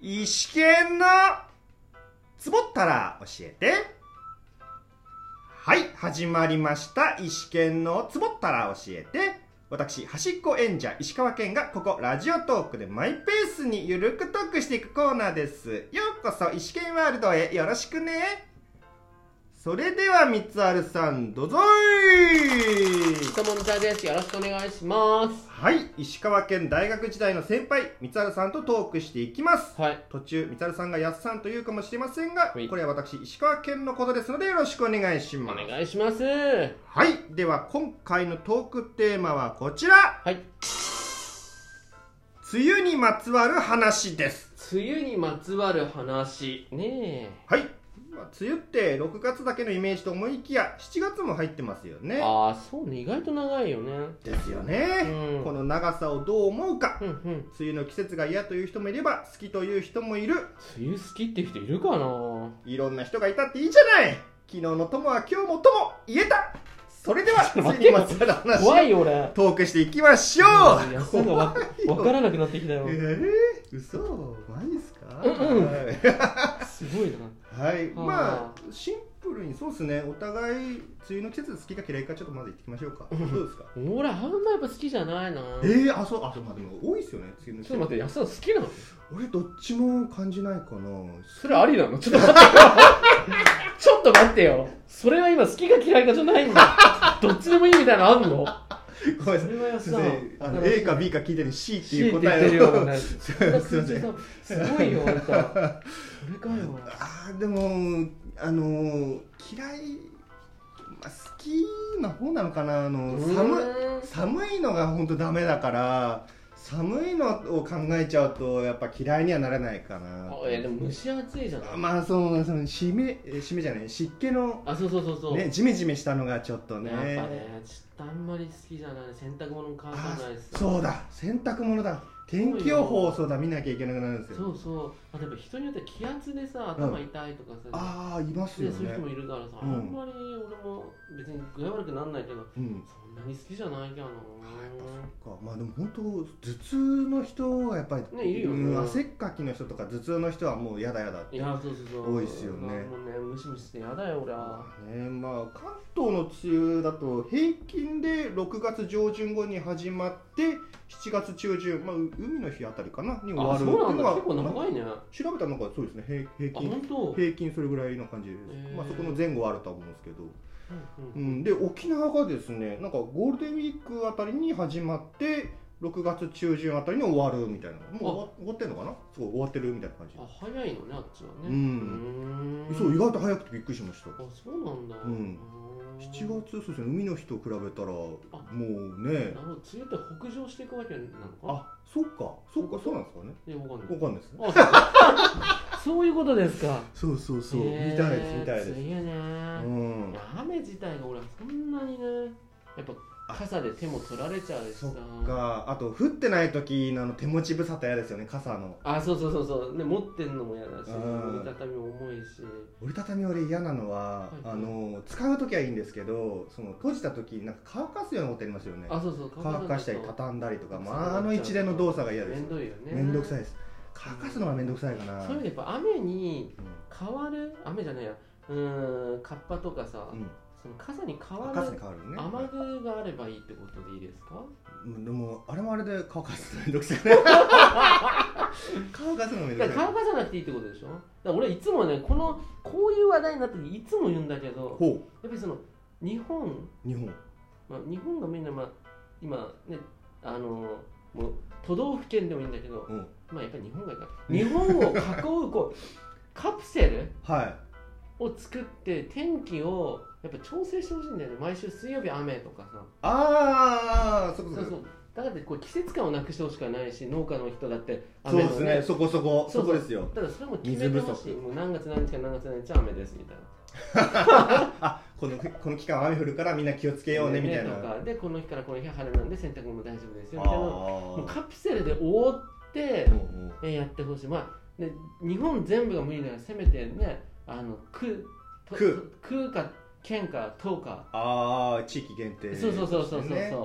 石剣のつぼったら教えてはい始まりました石剣のつぼったら教えて私端っこ演者石川県がここラジオトークでマイペースにゆるくトークしていくコーナーですようこそ石剣ワールドへよろしくねそれでは三つあるさんどうぞいともみたです。よろしくお願いします。はい石川県大学時代の先輩三つあるさんとトークしていきますはい。途中みたるさんがやっさんと言うかもしれませんが、はいこれは私石川県のことですのでよろしくお願いしおます願いします。ははいでは今回のトークテーマはこちらい。梅雨にまつわる話です梅雨にまつわる話。ねはい、まあ、梅雨って6月だけのイメージと思いきや7月も入ってますよえ。ねああ、そうね。意外と長いよね。ですようね、ん。この長さをどう思うかうんうん。梅雨の季節が嫌という人もいれば好きという人もいる梅雨好きって人いるかないろんな人がいたっていいじゃない昨日の友は今日も友言えたそれではょっと梅待雨ってによまつわる話怖いよ俺。トークしていきましょううんやっさんがわわからなくなってきたえよ。ー、嘘マジですか、うんうんはすごいな。い、はい、あーまあシンプルにそうですねお互い梅雨の季節好きか嫌いかちょっとまず言ってきましょうかどうですか俺、あんまやっぱ好きじゃないな。えー、あそうあそうまあでも多いですよね梅雨の季節ちょっと待って、やっさん好きなの俺どっちも感じないかなそれありなのちょっと待って よ。ちょっと待ってよ。それは今好きか嫌いかじゃないんだ。どっちでもいいみたいなのあんのごめんなさそいれはやっすさいませんあんの A か B か聞いてる C ってい C うって答え言ってをるようなすすいませんすごいよあんたそれかよあーでもあのー嫌い、まあ、好きな方なのかなあの寒い寒いのが本当ダメだから寒いのを考えちゃうとやっぱ嫌いにはならないかなあいやでも蒸し暑いじゃないまあそのその湿めえ湿めじゃない湿気のあそうそうそうそう、ねジメジメしたのがちょっとねやっぱねちょっとあんまり好きじゃない洗濯物も乾かあないしうそうだ洗濯物だ天気予報をそうだ見なきゃいけなくなるんですそようそうあとやっぱ人によって気圧でさ頭痛いとかさ、ああいますでよそういう人もねいるからさ、うんあんまり俺も別に具合悪くなんないけどうんそんなに好きじゃないけどなそっかまあでも本当頭痛の人はやっぱり、ねいるよねうん汗っかきの人とか頭痛の人はもうやだやだっていやそうそうそう多いっすよねなんかもうねムシムシしてやだよ俺はねまあ、関東の梅雨だと平均で6月上旬後に始まって7月中旬、まあ、う海の日あたりかなに終わあるそうなんだって結い構うのがまあ長いねあ調べたのがそうですね平平均本当平均それぐらいの感じです、へーまあ、そこの前後はあるとは思うんですけど、ううんん、で沖縄がですねなんかゴールデンウィークあたりに始まって6月中旬あたりに終わるみたいなもう終わ終わってんのかなそう終わってるみたいな感じあ早いのねあっちはねううーんそう意外と早くてびっくりしましたあそうなんだうん7月そうですね海の日と比べたらもうねなるほど梅雨って北上していくわけなのかあそっかそっかそうなんですかねいやわかんないわかんないですね あそうそういうことですかそうそうそうへー見たいです見たいです梅雨ねうんいや雨自体が俺はそんなにねやっぱ傘で手も取られちゃうしそさっかあと降ってない時のあの手持ち無沙汰嫌ですよね傘のあそうそうそうそうね持ってんのも嫌だしうん折りたたみも重いし折りたたみ俺嫌なのは、はいあの使う時はいいんですけどその閉じた時なんか乾かすようなことありますよねあそうそう乾かしたり畳んだりとか、まあ、あの一連の動作が嫌ですめんどいよねめんどくさいです乾かすのがめんどくさいかなそういう意味でやっぱ雨にうん変わる雨じゃないやうーんカッパとかさ、うんその傘に変わ乾るかすに変わるね雨具があればいいってことでいいです かうんでもあれもあれで乾かすのめんどくさいね 乾かすのめんどだくかさらい乾かさなくていいってことでしょだから俺いつもねこのこういう話題になった時いつも言うんだけどほやっぱりその日本、う日本まあ、日本がみんな、まあ、今ねあのもう都道府県でもいいんだけど、うんまあやっぱり日本がいいから日本を囲うこうカプセルはを作って天気をやっぱ調整してほしいんだよね毎週水曜日雨とかさいああそこそそうそうだからこう季節感をなくしてほしくはないし農家の人だってそう雨のですねそこそこそそうそうこですよただそれも決めてほし水い不もう何月何日か何月何日は雨ですみたいなあこのこの期間は雨降るからみんな気をつけようねみたいなとあかでこの日からこの日は晴れなんで洗濯物大丈夫ですよみたいなもうあカプセルで覆ってうんうんえやってほしいまあで日本全部が無理ならせめてねあの区と区区か県か都か、ああ地域限定そうそうそうそうそうそでう、すね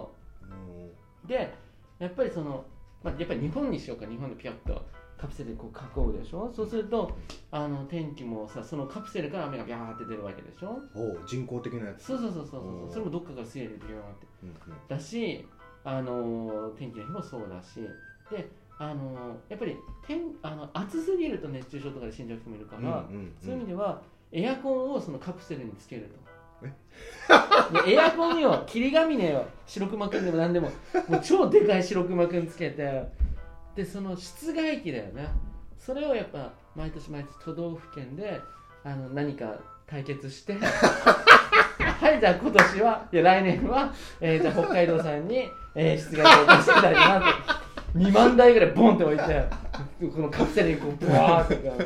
うんでやっぱりその、まあ、やっぱり日本にしようか日本でピョッとカプセルでこう囲うでしょそうするとあの天気もさそのカプセルから雨がビャーって出るわけでしょおう人工的なやつそうそうそうそうおそーうそれもどっかから水泳でビューンってうんうんだしあの天気の日もそうだしであのやっぱり天あの暑すぎると熱中症とかで死んじゃう人もいるから、うんうんそういう意味でではエアコンをそのカプセルにつけると でエアコンには霧が峰よ白熊くんでも何でももう超でかい白熊くんつけてでその室外機だよねそれをやっぱ毎年毎年都道府県であの何か対決し てはいじゃあ今年はいや来年は、えーじゃあ北海道産に、えー室外機を出してきたいなって2万台ぐらいボンって置いてこのカプセルにこうブワーってこう。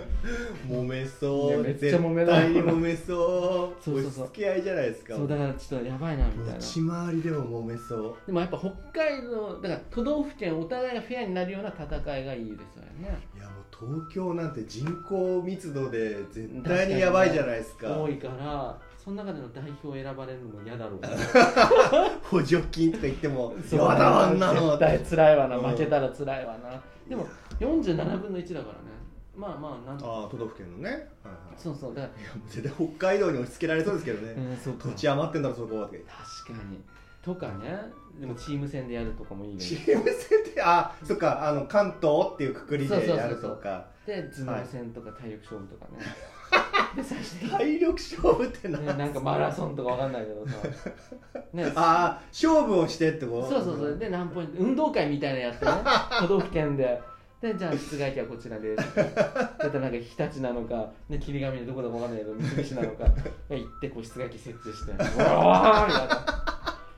揉めそういやめっちゃ揉め絶た対に揉めそう そうそうそ押うし付け合いじゃないですかそうだからちょっとやばいなみたいな持ち回りでも揉めそうでもやっぱ北海道だから都道府県お互いがフェアになるような戦いがいいですよねいやもう東京なんて人口密度で絶対にやばいじゃないですか多いからその中での代表を選ばれるのも嫌だろう な補助金とか言ってもそやうだあんなの絶対辛いわなうん負けたら辛いわな、でもいや47分の1だからねまあまあなんとああ都道府県のね、はいはい、そうそうだかいやもう絶対北海道に押し付けられそうですけどね、ら、うん、そうか土地余ってんだろそこはとか確かにとかねでもチーム戦でやるとかもいいよねチーム戦ってあそっかあの関東っていうくくりでやるとかで頭脳戦とか体力勝負とかね、で最終的に体力勝負ってな,、ね、なんかマラソンとかわかんないけ どさ、ね、ああ勝負をしてってことそうそうそうで何ポイント運動会みたいなのやってね都道府県ででじゃあ室外機はこちらですちょっとなんか日立なのか、ね、霧ヶ峰どこだかわかんないけど三菱なのか行ってこう室外機設置して「うわー!」みたいな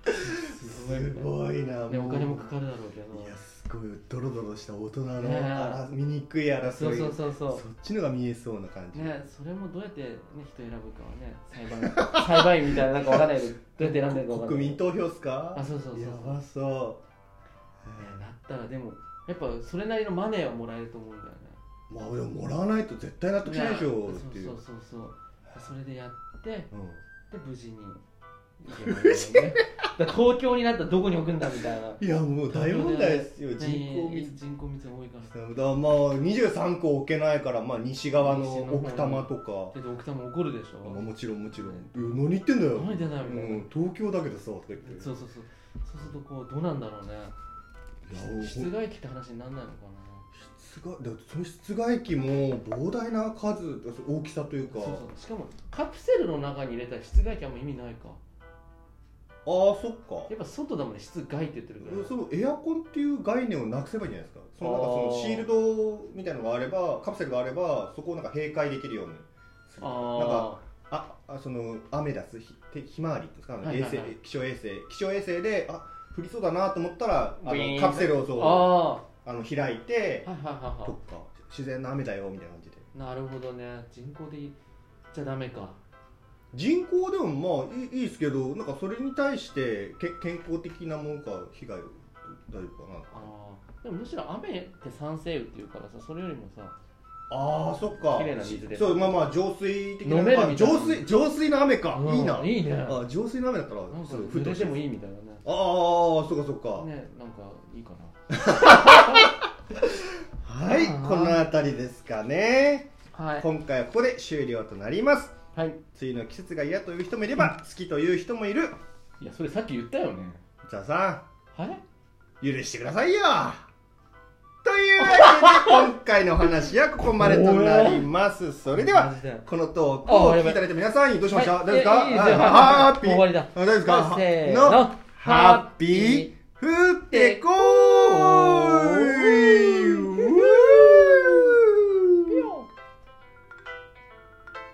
すごいすみたいごいななでお金もかうかるだろうけどいやすごいドロドロした大人の、ねえあら醜い争いそうそうそうそそっちのが見えそうな感うじ、ねそれもどうやって、ね、人選ぶかはね裁判 裁判員みたいななんかわかんないけどどうやって選んでるかわかんない国民投票っすかあそうそうそうそうやばそうねなったらでもやっぱそれなりのマネーはもらえると思うんだよねまあでももらわないと絶対納得しないでしょっていうそうそうそうそうそれでやってでうん無事に行けばいいよ ねだから東京になったらどこに置くんだみたいな、ね、いやもう大問題ですよ人口密人口密度多いからだからまあ23個置けないから、まあ、西側の奥多摩とかだって奥多摩怒るでしまあょもちろんもちろん「いや何言ってんだよ」何出なういみたいな、ん、東京だけどさ」とか言ってそうそうそうそうするとこうどうなんだろうねいや室外機って話にならないのか室外だってその室外機も膨大な数大きさというかなそうそうしかもカプセルの中に入れたら室外機あんま意味ないかああそっかやっぱ外だもんね室外って言ってるからそのエアコンっていう概念をなくせばいいんじゃないですかそのなんかあーそのシールドみたいなのがあればカプセルがあればそこをなんか閉会できるようにするなんかあああそのアメダスひてひまわりっていうんですかあのはい衛はい星、はい気象衛星気象衛星であ降りそうだなと思ったらあブイーのンカプセルをああそうあはいあの開いてはいはいはいとか自然な雨だよみたいな感じでなるほどね人口で言っちゃダメか人口でもまあいいいいですけどなんかそれに対してけ健康的なものか被害を大丈夫かなあーでもむしろ雨って酸性雨っていうからさそれよりもさあーそっか綺麗な水でそうまあまあ浄水的な飲めるまあみたいな浄水浄水の雨か、うんいいないいねなんかあ浄水の雨だったらそう濡れてもいいみたいああそっかそっか、なねねなんかいいかはいあーこの辺りですかねなは今回はここで終了となりますはい梅雨の季節が嫌という人もいれば好きという人もいるいやそれさっき言ったよねザさはいん許してくださいよというわけで今回のお話はここまでとなりますそれではこのトークをお聞きいただいた皆さんにどうしました、はい大丈夫いでいすかいいですよハッピーもう終わりだあ大丈夫ですかせーののハッピー降ってこーい